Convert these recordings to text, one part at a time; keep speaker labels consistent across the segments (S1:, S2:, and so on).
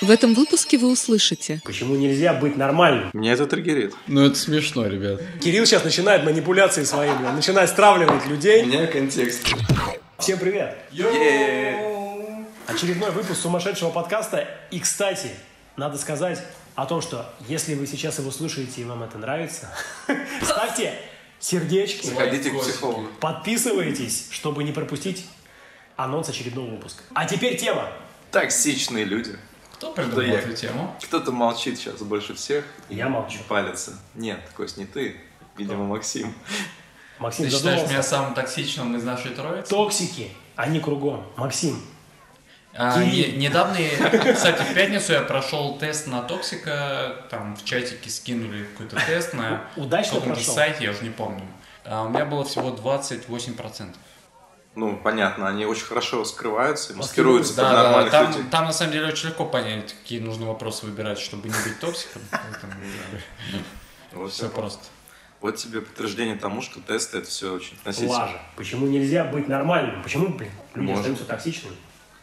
S1: В этом выпуске вы услышите
S2: Почему нельзя быть нормальным?
S3: Меня это триггерит.
S4: Ну, это смешно, ребят.
S2: Кирилл сейчас начинает манипуляции свои, блин, начинает стравливать людей.
S3: меня контекст.
S2: Всем привет!
S3: Е-е-е.
S2: Очередной выпуск сумасшедшего подкаста. И, кстати, надо сказать о том, что если вы сейчас его слушаете и вам это нравится, ставьте сердечки,
S3: Ходите к психологу.
S2: подписывайтесь, чтобы не пропустить анонс очередного выпуска. А теперь тема.
S3: Токсичные люди.
S4: Кто придумал
S3: я?
S4: эту тему?
S3: Кто-то молчит сейчас больше всех.
S2: Я молчу.
S3: Палится. Нет, Кость, не ты. Видимо, Максим.
S2: Максим
S4: Ты считаешь
S2: задумался.
S4: меня самым токсичным из нашей троицы?
S2: Токсики, они кругом. Максим,
S4: А, не-
S2: Кирилл.
S4: недавно, я- кстати, в пятницу я прошел тест на токсика, там в чатике скинули какой-то тест на
S2: Удачно
S4: каком-то
S2: прошел?
S4: сайте, я уже не помню. А у меня было всего 28%.
S3: Ну, понятно, они очень хорошо скрываются и маскируются под
S4: Да, да,
S3: нормальных
S4: там,
S3: людей.
S4: там на самом деле очень легко понять, какие нужно вопросы выбирать, чтобы не быть токсиком.
S3: Вот,
S4: Все
S3: тебе-
S4: просто.
S3: вот тебе подтверждение тому, что тесты это все очень относительно.
S2: лажа. Почему нельзя быть нормальным? Почему, блин, люди
S3: Может.
S2: остаются токсичными?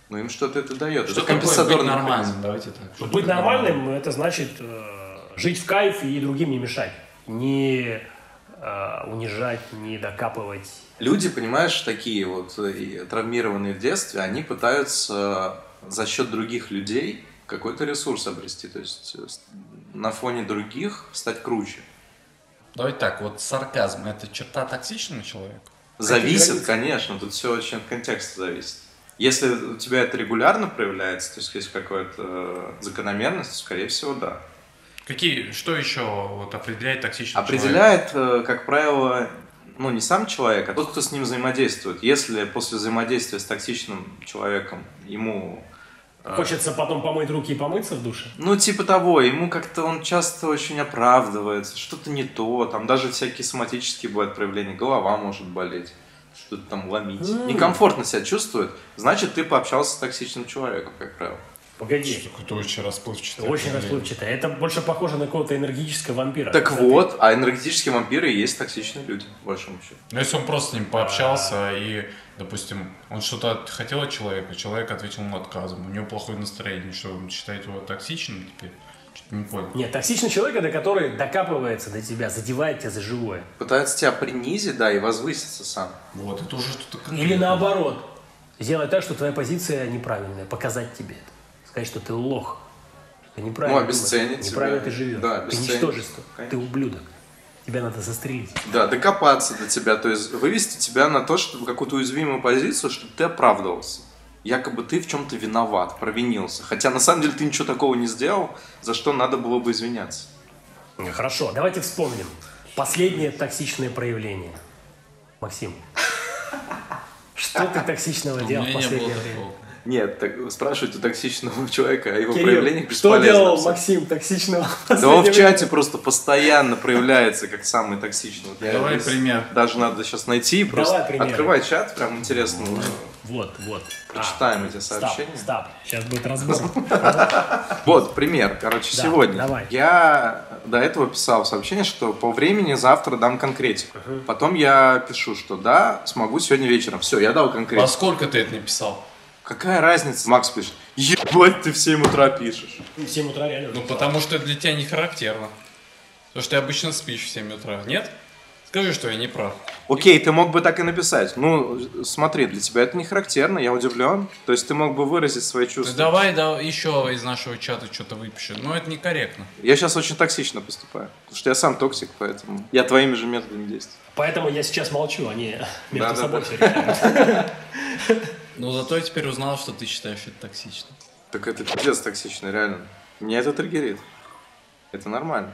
S3: Ну, им что-то это дает. это
S4: Что такое быть
S3: компенсаторный механизм.
S4: нормальным? Давайте так. Что
S2: Вот Ну, Быть
S4: такое
S2: нормальным – это значит э, жить в кайф и другим не мешать. Не э, унижать, не докапывать.
S3: Люди, понимаешь, такие вот э, и травмированные в детстве, они пытаются э, за счет других людей какой-то ресурс обрести, то есть э, с- на фоне других стать круче.
S4: Давайте так, вот сарказм – это черта токсичного человека?
S3: Зависит, конечно, тут все очень от контекста зависит. Если у тебя это регулярно проявляется, то есть есть какая-то э, закономерность, скорее всего, да.
S4: Какие, что еще вот определяет токсичного человека?
S3: Определяет, э, как правило, ну, не сам человек, а тот, кто с ним взаимодействует. Если после взаимодействия с токсичным человеком ему э,
S2: Хочется потом помыть руки и помыться в душе.
S3: Ну, типа того, ему как-то он часто очень оправдывается, что-то не то, там даже всякие соматические бывают проявления, голова может болеть, что-то там ломить.
S2: М.
S3: Некомфортно себя чувствует, значит, ты пообщался с токсичным человеком, как правило.
S2: Погоди.
S4: Это очень расплывчатое.
S2: Очень
S4: определение.
S2: расплывчато. Это больше похоже на какого-то энергетического вампира.
S3: Так
S2: Когда
S3: вот, а энергетические вампиры и есть токсичные люди, в большом счете.
S4: Ну, если он просто с ним пообщался и, допустим, он что-то от- хотел от человека, человек ответил ему отказом, у него плохое настроение, что он считает его токсичным теперь? Что-то не понял.
S2: ты- Нет, токсичный человек – это который докапывается до тебя, задевает тебя за живое.
S3: Пытаются тебя принизить, да, и возвыситься сам.
S4: Вот, это уже что-то
S2: Или
S4: конкретное.
S2: наоборот. Сделать так, что твоя позиция неправильная, показать тебе это. Сказать, что ты лох. что Ты неправильно
S3: Ну, обесценить
S2: думаешь, Неправильно
S3: тебя.
S2: ты живешь.
S3: Да,
S2: ты
S3: обесценить.
S2: ничтожество.
S3: Конечно.
S2: Ты ублюдок. Тебя надо застрелить.
S3: Да, докопаться до тебя, то есть вывести тебя на то, что в какую-то уязвимую позицию, чтобы ты оправдывался. Якобы ты в чем-то виноват, провинился. Хотя на самом деле ты ничего такого не сделал, за что надо было бы извиняться.
S2: Хорошо, давайте вспомним. Последнее токсичное проявление. Максим. Что ты токсичного
S4: У
S2: делал в
S4: меня не было
S2: последнее время?
S4: такого.
S3: Нет, так спрашивать у токсичного человека о его
S2: Кирилл,
S3: проявлениях
S2: что
S3: бесполезно.
S2: делал
S3: абсолютно.
S2: Максим токсичного? в
S3: Да он в
S2: последнее время?
S3: чате просто постоянно проявляется как самый токсичный. Вот я
S4: Давай
S3: здесь
S4: пример.
S3: Даже надо сейчас найти и просто
S2: пример.
S3: открывай чат, прям интересно.
S4: Ну,
S2: Вот, вот. А,
S3: Прочитаем эти
S2: Стоп,
S3: сообщения.
S2: стоп. Сейчас будет разбор.
S3: Вот пример, короче,
S2: Да,
S3: сегодня.
S2: давай.
S3: Я до этого писал сообщение, что по времени завтра дам конкретику. Потом я пишу, что да, смогу сегодня вечером. Все, я дал конкретику.
S4: А сколько ты это написал?
S3: Какая разница? Макс пишет, ебать, ты в 7 утра пишешь.
S2: В 7 утра реально.
S4: Ну, потому что для тебя не характерно. Потому что ты обычно спишь в 7 утра, нет? Скажи, что я не прав.
S3: Окей, ты мог бы так и написать. Ну, смотри, для тебя это не характерно, я удивлен. То есть ты мог бы выразить свои
S4: Ну,
S3: чувства.
S4: давай, да, еще из нашего чата что-то выпиши. Но это некорректно.
S3: Я сейчас очень токсично поступаю, потому что я сам токсик, поэтому я твоими же методами действую.
S2: Поэтому я сейчас молчу, они между
S3: Да-да-да.
S2: собой все решают.
S4: Но Ну, зато я теперь узнал, что ты считаешь это токсичным.
S3: Так это пиздец токсично, реально. Меня это триггерит. Это нормально.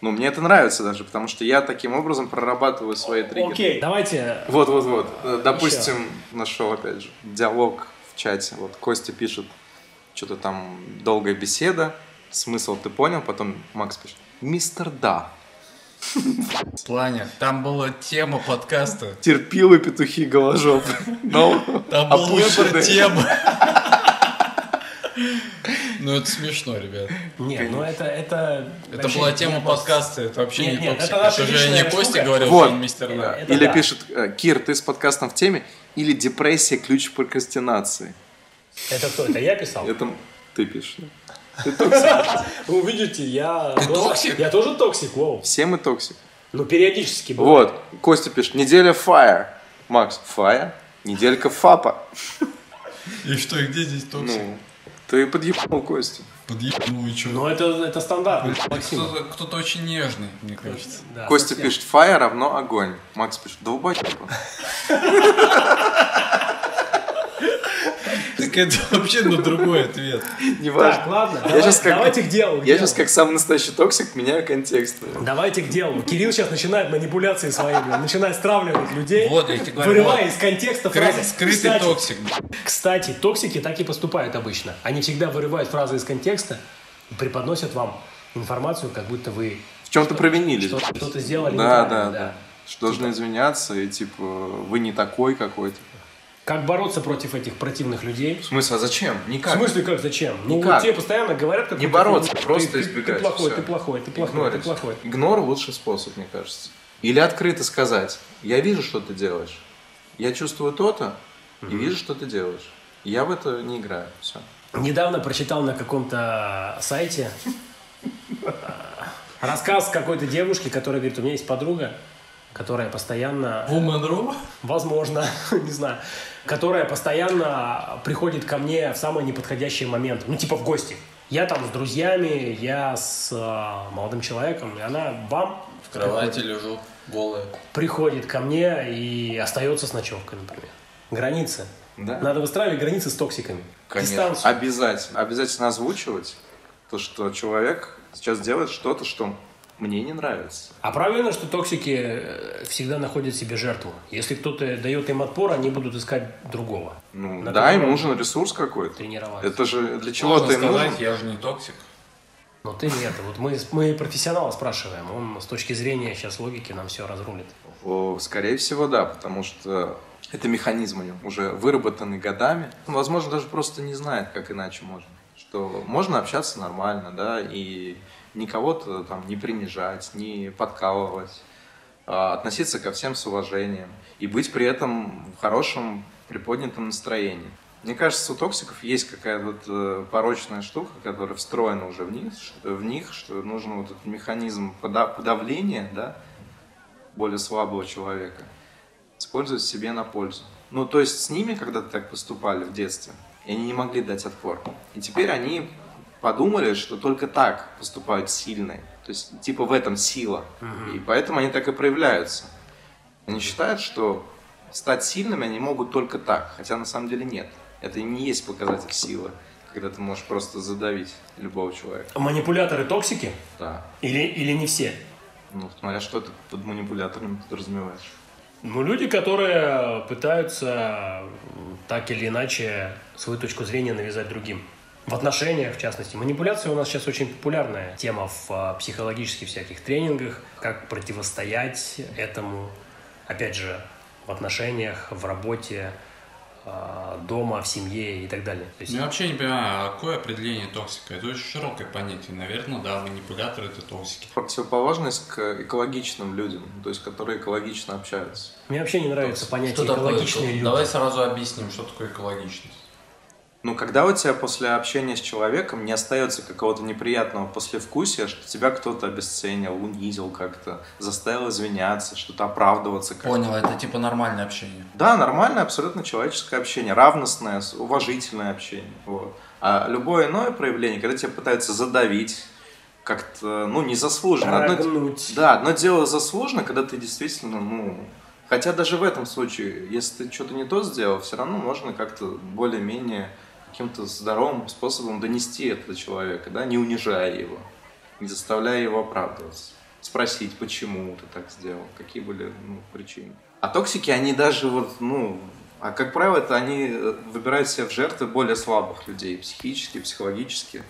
S3: Ну, мне это нравится даже, потому что я таким образом прорабатываю свои триггеры.
S2: Окей, давайте.
S3: Вот-вот-вот. Э, Допустим, нашел, опять же, диалог в чате. Вот Костя пишет, что-то там долгая беседа, смысл ты понял, потом Макс пишет, мистер да.
S4: В плане, там была тема подкаста.
S3: Терпилы петухи Ну, голожоп. Но
S4: Там была
S3: опущенные.
S4: тема.
S5: Ну это смешно, ребят.
S2: Нет, ну это... Это,
S4: Это
S2: вообще
S4: была
S2: не
S4: тема
S2: вопрос.
S4: подкаста, это вообще
S2: Нет,
S4: не
S2: нет,
S4: токсик.
S2: это наша
S4: Это же не
S2: личная штука.
S4: Костя говорил,
S3: Вот.
S4: что он мистер
S3: Да.
S4: Да.
S2: Это
S3: Или
S2: да.
S3: пишет, э, Кир, ты с подкастом в теме? Или депрессия ключ к прокрастинации?
S2: Это кто? Это я писал?
S3: Это ты пишешь. да?
S2: Вы увидите, я...
S5: Ты
S2: тоже-
S5: токсик?
S2: Я тоже токсик, вау.
S3: Все мы токсик.
S2: Ну, периодически. бывает.
S3: Вот, Костя пишет, неделя fire. Макс, fire? Неделька фапа.
S6: И что, и где здесь токсик?
S3: Ну, ты подъебал Костя.
S6: Подъебнул
S4: ну,
S6: и чё?
S2: Но это, это стандарт.
S6: Кто-то кто-то очень нежный, мне кажется.
S2: Да,
S3: Костя
S2: совсем.
S3: пишет, fire равно огонь. Макс пишет, да убавь его».
S6: Так это вообще на другой ответ.
S3: Неважно.
S2: Так, ладно,
S3: Я
S2: давай-
S3: щас как-
S2: давайте к делу. к
S3: Я
S2: делу.
S3: сейчас как самый настоящий токсик меняю контекст.
S2: Давайте к делу. Кирилл сейчас начинает манипуляции свои, блин, начинает стравливать людей,
S6: Вот, я тебе говорю,
S2: вырывая
S6: вот.
S2: из контекста
S6: Скры-
S2: фразы.
S6: Скрытый
S2: Кстати,
S6: токсик. блядь.
S2: Кстати, токсики так и поступают обычно. Они всегда вырывают фразы из контекста и преподносят вам информацию, как будто вы
S3: В чем-то провинились.
S2: что- что-то сделали
S3: Да,
S2: неправильно,
S3: да, да. Что должны извиняться, и типа, вы не такой какой-то.
S2: Как бороться против этих противных людей?
S3: В смысле, а зачем? Никак.
S2: В смысле, как, зачем? Ну,
S3: Никак.
S2: тебе постоянно говорят, как
S3: Не
S2: ты-
S3: бороться,
S2: ты-
S3: просто
S2: ты- ты-
S3: избегать,
S2: Ты плохой,
S3: всё.
S2: ты плохой, ты плохой, ты
S3: Игнорить.
S2: плохой.
S3: Игнор лучший способ, мне кажется. Или открыто сказать, я вижу, что ты делаешь. Я чувствую то-то, и вижу, что ты делаешь. Я в это не играю. Все.
S2: Недавно прочитал на каком-то а, сайте э, рассказ какой-то девушки, которая говорит, у меня есть подруга, которая постоянно,
S5: Woman Room?
S2: возможно, не знаю, которая постоянно приходит ко мне в самый неподходящий момент, ну типа в гости. Я там с друзьями, я с э, молодым человеком, и она бам
S5: В кровати лежу, голая.
S2: приходит ко мне и остается с ночевкой, например. Границы.
S3: Да. А
S2: Надо выстраивать границы с токсиками. Дистанцию.
S3: Обязательно. Обязательно озвучивать то, что человек сейчас делает что-то, что мне не нравится.
S2: А правильно, что токсики э, всегда находят себе жертву. Если кто-то дает им отпор, они будут искать другого.
S3: Ну,
S2: На
S3: да, им
S2: котором
S3: нужен ресурс какой-то.
S2: Тренироваться.
S3: Это же для чего
S6: Можно
S3: ты им нужен?
S6: сказать, я же не токсик.
S2: Но ты нет. Вот мы, мы профессионала спрашиваем. Он с точки зрения сейчас логики нам все разрулит.
S3: О, Скорее всего, да, потому что это механизм у него уже выработанный годами. Он, возможно, даже просто не знает, как иначе можно. Что можно общаться нормально, да, и никого-то там не принижать, не подкалывать, а относиться ко всем с уважением и быть при этом в хорошем приподнятом настроении. Мне кажется, у токсиков есть какая-то вот э, порочная штука, которая встроена уже в них, что- в них, что нужен вот этот механизм пода- подавления, да, более слабого человека, использовать себе на пользу. Ну, то есть с ними когда-то так поступали в детстве, и они не могли дать отпор. И теперь они подумали, что только так поступают сильные. То есть, типа, в этом сила. И поэтому они так и проявляются. Они считают, что стать сильными они могут только так, хотя на самом деле нет. Это и не есть показатель силы, когда ты можешь просто задавить любого человека.
S2: Манипуляторы токсики?
S3: Да.
S2: Или, или не все?
S3: Ну, смотря что ты под манипулятором подразумеваешь.
S2: Ну, люди, которые пытаются м, так или иначе свою точку зрения навязать другим. В отношениях, в частности. Манипуляция у нас сейчас очень популярная тема в а, психологических всяких тренингах. Как противостоять этому, опять же, в отношениях, в работе, а, дома, в семье и так далее. То есть
S6: Я вообще не понимаю, а какое определение токсика? Это очень широкое понятие. Наверное, да, манипуляторы это токсики.
S3: противоположность к экологичным людям, то есть которые экологично общаются.
S2: Мне вообще не нравится понятие
S6: Что такое
S2: экологичные
S6: эко-
S2: люди.
S6: Давай сразу объясним, что такое экологичность.
S3: Ну, когда у тебя после общения с человеком не остается какого-то неприятного послевкусия, что тебя кто-то обесценил, унизил как-то, заставил извиняться, что-то оправдываться как-то.
S6: Понял, это типа нормальное общение.
S3: Да, нормальное, абсолютно человеческое общение, равностное, с- уважительное общение. Вот. А любое иное проявление, когда тебя пытаются задавить, как-то, ну, незаслуженно. Одно-
S2: Прогнуть.
S3: да, одно дело заслуженно, когда ты действительно, ну... Хотя даже в этом случае, если ты что-то не то сделал, все равно можно как-то более-менее каким-то здоровым способом донести это до человека, да, не унижая его, не заставляя его оправдываться. Спросить, почему ты так сделал, какие были ну, причины. А токсики, они даже вот, ну, а как правило, это они э, выбирают себе в жертвы более слабых людей, психически, психологически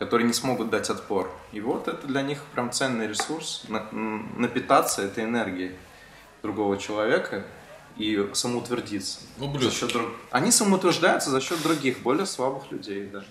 S3: которые не смогут дать отпор. И вот это для них прям ценный ресурс, на- м, напитаться этой энергией другого человека и самоутвердиться.
S6: Ублюдки.
S3: За счет друг- Они самоутверждаются за счет других, более слабых людей. Да.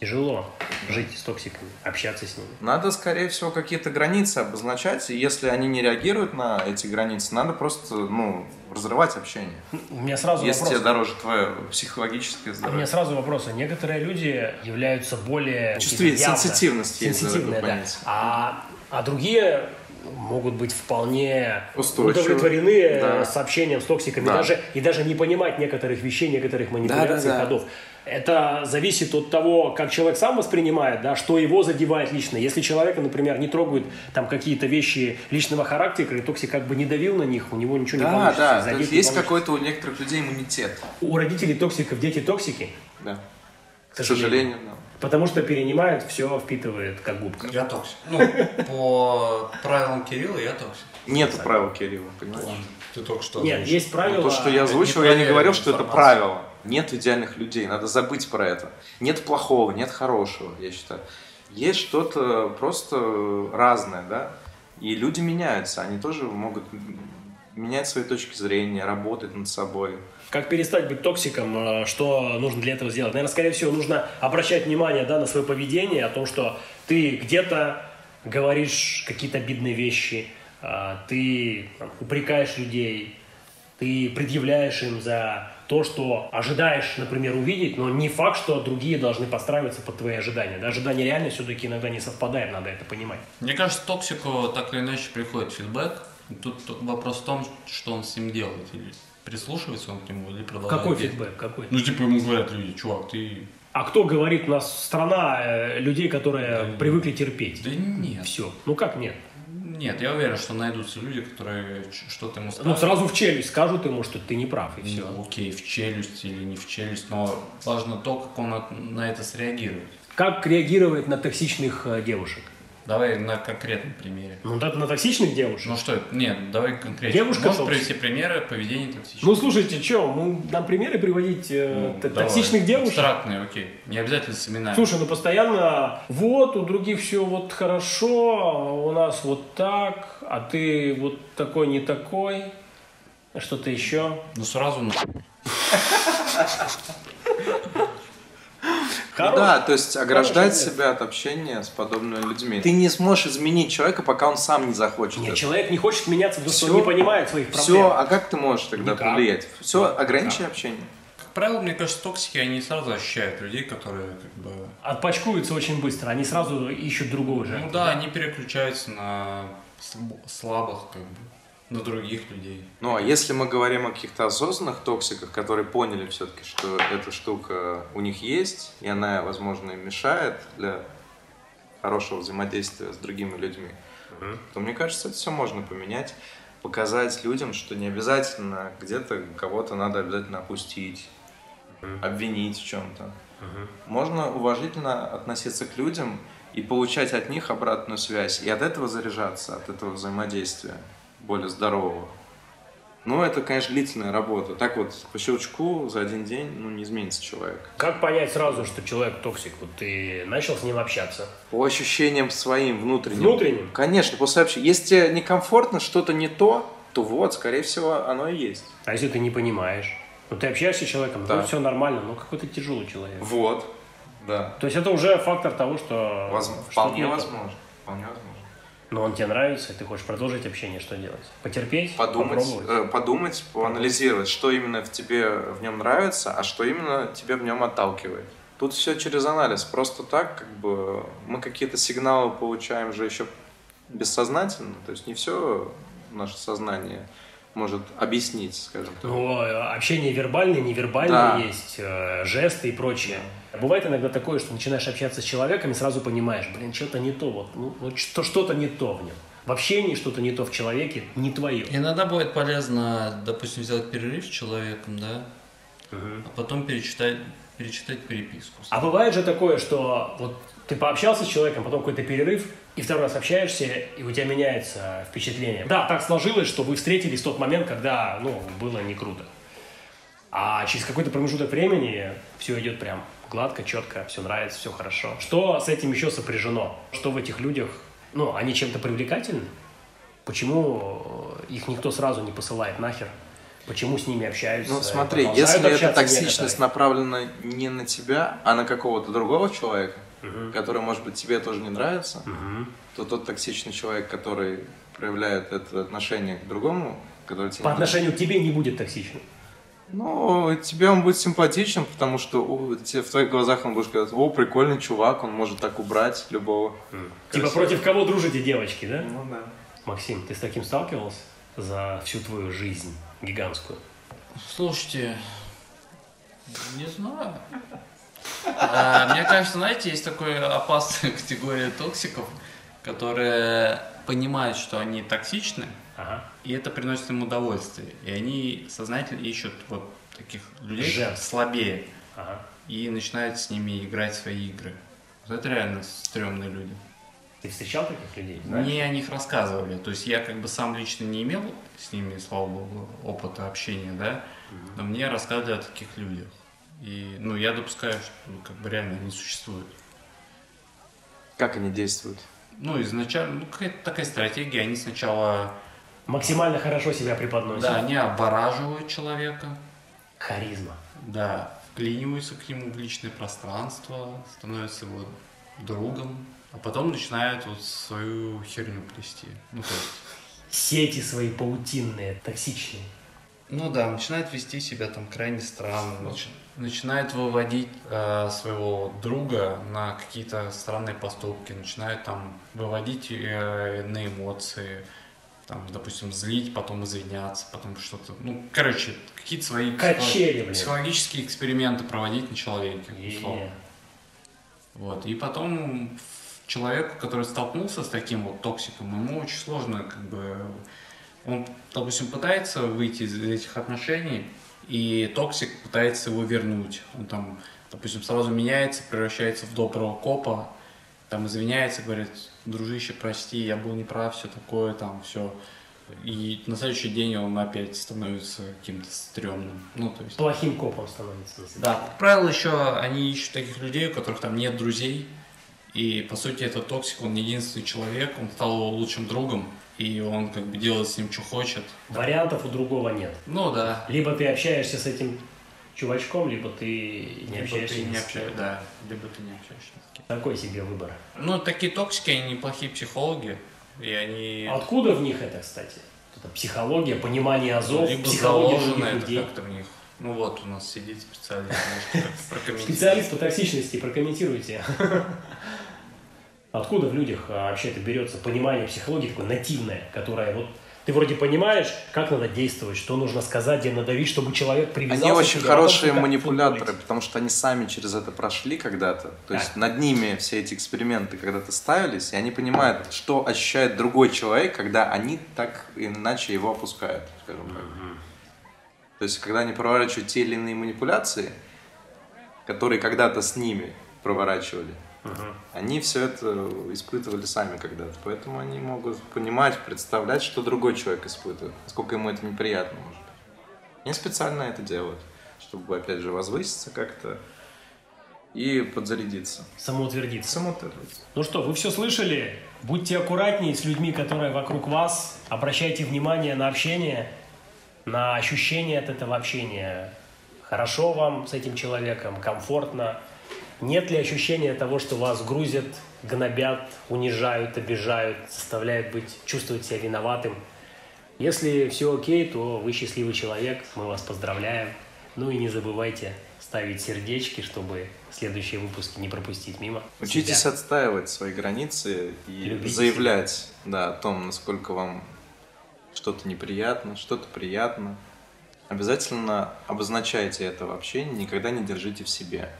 S2: Тяжело жить с токсиками, общаться с ними.
S3: Надо, скорее всего, какие-то границы обозначать, и если они не реагируют на эти границы, надо просто, ну, разрывать общение.
S2: У меня сразу
S3: Если
S2: вопрос.
S3: тебе дороже твое психологическое
S2: А У меня
S3: здоровье.
S2: сразу вопросы. Некоторые люди являются более...
S3: Чувствительные,
S2: какие-то явно-
S3: сенситивность есть за это
S2: Сенситивные, да.
S3: понятие.
S2: А, а другие могут быть вполне
S3: Устойчивы.
S2: удовлетворены э,
S3: Да.
S2: сообщением с токсиками
S3: Да.
S2: даже, и даже не понимать некоторых вещей, некоторых манипуляций,
S3: Да-да-да.
S2: ходов. Это зависит от того, как человек сам воспринимает, да, что его задевает лично. Если человека, например, не трогают там какие-то вещи личного характера, и токсик как бы не давил на них, у него ничего не
S3: Да,
S2: получится.
S3: да, то
S2: задеть
S3: есть
S2: не
S3: есть
S2: получится.
S3: какой-то у некоторых людей иммунитет,
S2: У родителей токсиков дети токсики,
S3: да.
S2: к
S3: К сожалению, да.
S2: Потому что перенимают, все впитывает, как губка.
S6: Я токсик.
S5: Ну, по правилам Кирилла я токсик.
S3: Нету правил Кирилла, понимаешь? А
S6: Ты только что
S2: Нет,
S6: озвучил.
S2: есть правила.
S3: ну, То, что я озвучил, я не
S6: непроверенная
S3: говорил, что это
S6: информация.
S3: правило. Нет идеальных людей, надо забыть про это. Нет плохого, нет хорошего, я считаю. Есть что-то просто разное, да? И люди меняются, они тоже могут м, менять свои точки зрения, работать над собой. Ну
S2: Как перестать быть токсиком, э, что нужно для этого сделать? Наверное, скорее всего, нужно обращать внимание да, на свое поведение, о том, что ты где-то говоришь какие-то обидные вещи, э, ты там, упрекаешь людей, ты предъявляешь им за то, что ожидаешь, например, увидеть, но не факт, что другие должны подстраиваться под твои ожидания. Да, ожидания реально все-таки иногда не совпадают, надо это понимать.
S4: Мне кажется, токсику так или иначе приходит фидбэк. Тут т- вопрос в том, что он с ним делает. Или прислушивается он к нему, или продолжает.
S2: Какой
S4: действовать.
S2: фидбэк? Какой?
S6: Ну, типа, ему говорят люди, чувак, ты...
S2: А кто говорит, у нас страна э, людей, которые привыкли терпеть?
S4: Да нет.
S2: Все. Ну как нет?
S4: Нет, я уверен, что найдутся люди, которые ч- что-то ему
S2: Ну
S4: скажут.
S2: сразу в челюсть скажут ему, что ты не прав, и
S4: Ну,
S2: все.
S4: окей, в челюсть или не в челюсть, но важно то, как он от- на это среагирует.
S2: Как реагировать на токсичных э, девушек?
S4: Давай на конкретном примере.
S2: Ну да, на токсичных девушек?
S4: Ну что это? Нет, давай конкретно.
S2: Девушка
S4: Можешь
S2: токсик.
S4: привести примеры поведения токсичных?
S2: Ну слушайте, что, нам примеры приводить э,
S4: Ну,
S2: т-
S4: давай.
S2: токсичных девушек?
S4: Абстрактные, окей. Не обязательно с именами.
S2: Слушай, ну постоянно вот у других все вот хорошо, а у нас вот так, а ты вот такой не такой, А что-то еще.
S4: Ну сразу на...
S3: Ну да, то есть ограждать себя от общения с подобными людьми. Ты не сможешь изменить человека, пока он сам не захочет.
S2: Нет, человек не хочет меняться, потому что
S3: Всё.
S2: он не понимает своих проблем.
S3: Все, а как ты можешь тогда
S2: Никак.
S3: повлиять? Все, ограничи общение.
S4: Как правило, мне кажется, токсики, они сразу ощущают людей, которые как бы...
S2: Отпачкуются очень быстро, они сразу ищут другого же.
S4: Ну да, они переключаются на слаб- слабых, как бы, на других людей.
S3: Ну а если мы говорим о каких-то осознанных токсиках, которые поняли все-таки, что эта штука у них есть, и она, возможно, им мешает для хорошего взаимодействия с другими людьми, то мне кажется, это все можно поменять, показать людям, что не обязательно где-то кого-то надо обязательно опустить, обвинить в чем-то. Можно уважительно относиться к людям и получать от них обратную связь, и от этого заряжаться, от этого взаимодействия более здорового. Ну, это, конечно, длительная работа. Так вот, по щелчку за один день, ну, не изменится человек.
S2: Как понять сразу, что человек токсик? Вот ты начал с ним общаться.
S3: По ощущениям своим, внутренним.
S2: Внутренним?
S3: Конечно, после общения. Если тебе некомфортно, что-то не то, то вот, скорее всего, оно и есть.
S2: А если ты не понимаешь? Ну ты общаешься с человеком,
S3: Да.
S2: ну все нормально, но какой-то тяжелый человек.
S3: Вот. Да.
S2: То есть это уже фактор того, что...
S3: Возм-
S2: что
S3: Вполне
S2: ты-
S3: возможно. Вполне возможно.
S2: Но он тебе нравится, и ты хочешь продолжить общение, что делать? Потерпеть?
S3: Подумать,
S2: Попробовать?
S3: э, подумать, поанализировать, что именно в тебе в нем нравится, а что именно тебе в нем отталкивает. Тут все через анализ. Просто так, как бы, мы какие-то сигналы получаем же еще бессознательно. То есть не все наше сознание может объяснить, скажем так.
S2: Ну, э, общение вербальное, невербальное
S3: Да.
S2: есть, э, жесты и прочее. А Бывает иногда такое, что начинаешь общаться с человеком и сразу понимаешь, блин, что-то не то, вот, ну, вот что- что-то не то в нем. В общении что-то не то в человеке, не твое.
S4: Иногда бывает полезно, допустим, сделать перерыв с человеком, да, а потом перечитать, перечитать переписку.
S2: А бывает же такое, что вот ты пообщался с человеком, потом какой-то перерыв, и второй раз общаешься, и у тебя меняется впечатление. Да, так сложилось, что вы встретились в тот момент, когда, ну, было не круто. А через какой-то промежуток времени все идет прям гладко, четко, все нравится, все хорошо. Что с этим еще сопряжено? Что в этих людях? Ну, они чем-то привлекательны? Почему э, их никто сразу не посылает нахер? почему с ними общаются.
S3: Ну смотри,
S2: продолжают
S3: если эта
S2: общаться
S3: токсичность
S2: некоторые.
S3: направлена не на тебя, а на какого-то другого человека, который, может быть, тебе тоже не нравится, то тот токсичный человек, который проявляет это отношение к другому, который тебе
S2: По
S3: не нравится,
S2: отношению к тебе не будет токсичным.
S3: ну, тебе он будет симпатичен, потому что о, те- в твоих глазах он будет сказать, о, прикольный чувак, он может так убрать любого.
S2: Типа против кого дружите, девочки, да?
S3: Ну да.
S2: Максим, ты с таким сталкивался за всю твою жизнь гигантскую?
S4: Слушайте, не знаю. А, Мне кажется, знаете, есть такая опасная категория токсиков, которые понимают, что они токсичны,
S2: Ага.
S4: и это приносит им удовольствие. И они сознательно ищут вот таких людей
S2: Жертв.
S4: слабее
S2: Ага.
S4: и начинают с ними играть в свои игры. Вот это реально стрёмные люди.
S2: Ты встречал таких людей? знаешь?
S4: Мне о них рассказывали. То есть я как бы сам лично не имел с ними, слава богу, опыта общения, да. Но мне рассказывали о таких людях. И, ну, я допускаю, что ну, как бы реально они существуют.
S3: Как они действуют?
S4: Ну, изначально, ну, какая-то такая стратегия. Они сначала,
S2: Максимально хорошо себя преподносят.
S4: да, они обораживают человека,
S2: Харизма.
S4: да, вклиниваются к нему в личное пространство, становятся его другом, а потом начинают вот свою херню плести. Ну, то есть
S2: Сети свои паутинные, токсичные.
S4: Ну да, начинает вести себя там крайне странно. начи- Начинает выводить э, своего друга на какие-то странные поступки, начинает там выводить э, на эмоции, там, допустим, злить, потом извиняться, потом что-то. Ну, короче, какие-то свои психо-
S2: Качели, блин.
S4: психологические эксперименты проводить на человеке, условно.
S2: Е.
S4: Вот. И потом в- человеку, который столкнулся с таким вот токсиком, ему очень сложно, как бы, он, допустим, пытается выйти из этих отношений, и токсик пытается его вернуть. Он там, допустим, сразу меняется, превращается в доброго копа, там извиняется, говорит, дружище, прости, я был неправ, все такое, там, все. И на следующий день он опять становится каким-то стрёмным. Ну, то есть...
S2: Плохим копом становится.
S4: Да, как правило, еще они ищут таких людей, у которых там нет друзей. И, по сути, этот токсик, он не единственный человек, он стал его лучшим другом, и он как бы делает с ним, что хочет.
S2: Вариантов у другого нет.
S4: Ну да.
S2: Либо ты общаешься с этим чувачком, либо ты не
S4: Либо
S2: общаешься.
S4: ты
S2: ни
S4: не
S2: с кем.
S4: общаешься. Да, либо ты не общаешься. ни с кем.
S2: Такой себе выбор.
S4: Ну, такие токсики, они неплохие психологи, и они...
S2: А Откуда в них это, кстати? Это психология, понимание азов,
S4: Ну, либо
S2: психология
S4: заложено
S2: других
S4: это
S2: людей.
S4: как-то в них. Ну вот, у нас сидит специалист, может, как-то прокомментировать.
S2: Специалист по токсичности, прокомментируйте. Откуда в людях а, вообще это берется понимание психологии такое нативное, которое вот ты вроде понимаешь, как надо действовать, что нужно сказать, где надавить, чтобы человек привязался.
S3: Они
S2: к
S3: очень
S2: тебе, а потом
S3: хорошие
S2: ты как
S3: манипуляторы,
S2: футболист.
S3: потому что они сами через это прошли когда-то. То есть над ними все эти эксперименты когда-то ставились, и они понимают, что ощущает другой человек, когда они так или иначе его опускают, скажем так. То есть, когда они проворачивают те или иные манипуляции, которые когда-то с ними проворачивали, они все это испытывали сами когда-то. Поэтому они могут понимать, представлять, что другой человек испытывает, насколько ему это неприятно может быть. Они специально это делают, чтобы, опять же, возвыситься как-то и подзарядиться.
S2: Самоутвердиться.
S3: Самоутвердиться.
S2: Ну что, вы все слышали? Будьте аккуратнее с людьми, которые вокруг вас. Обращайте внимание на общение, на ощущение от этого общения. Хорошо вам с этим человеком, комфортно. Нет ли ощущения того, что вас грузят, гнобят, унижают, обижают, заставляют быть, чувствовать себя виноватым? Если все окей, то вы счастливый человек, мы вас поздравляем. Ну и не забывайте ставить сердечки, чтобы следующие выпуски не пропустить мимо.
S3: Учитесь
S2: себя.
S3: отстаивать свои границы и
S2: Любите
S3: заявлять Да, о том, насколько вам что-то неприятно, что-то приятно. Обязательно обозначайте это в общении, никогда не держите в себе.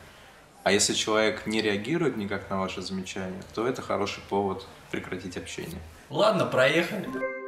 S3: А если человек не реагирует никак на ваши замечания, то это хороший повод прекратить общение.
S4: Ладно, проехали.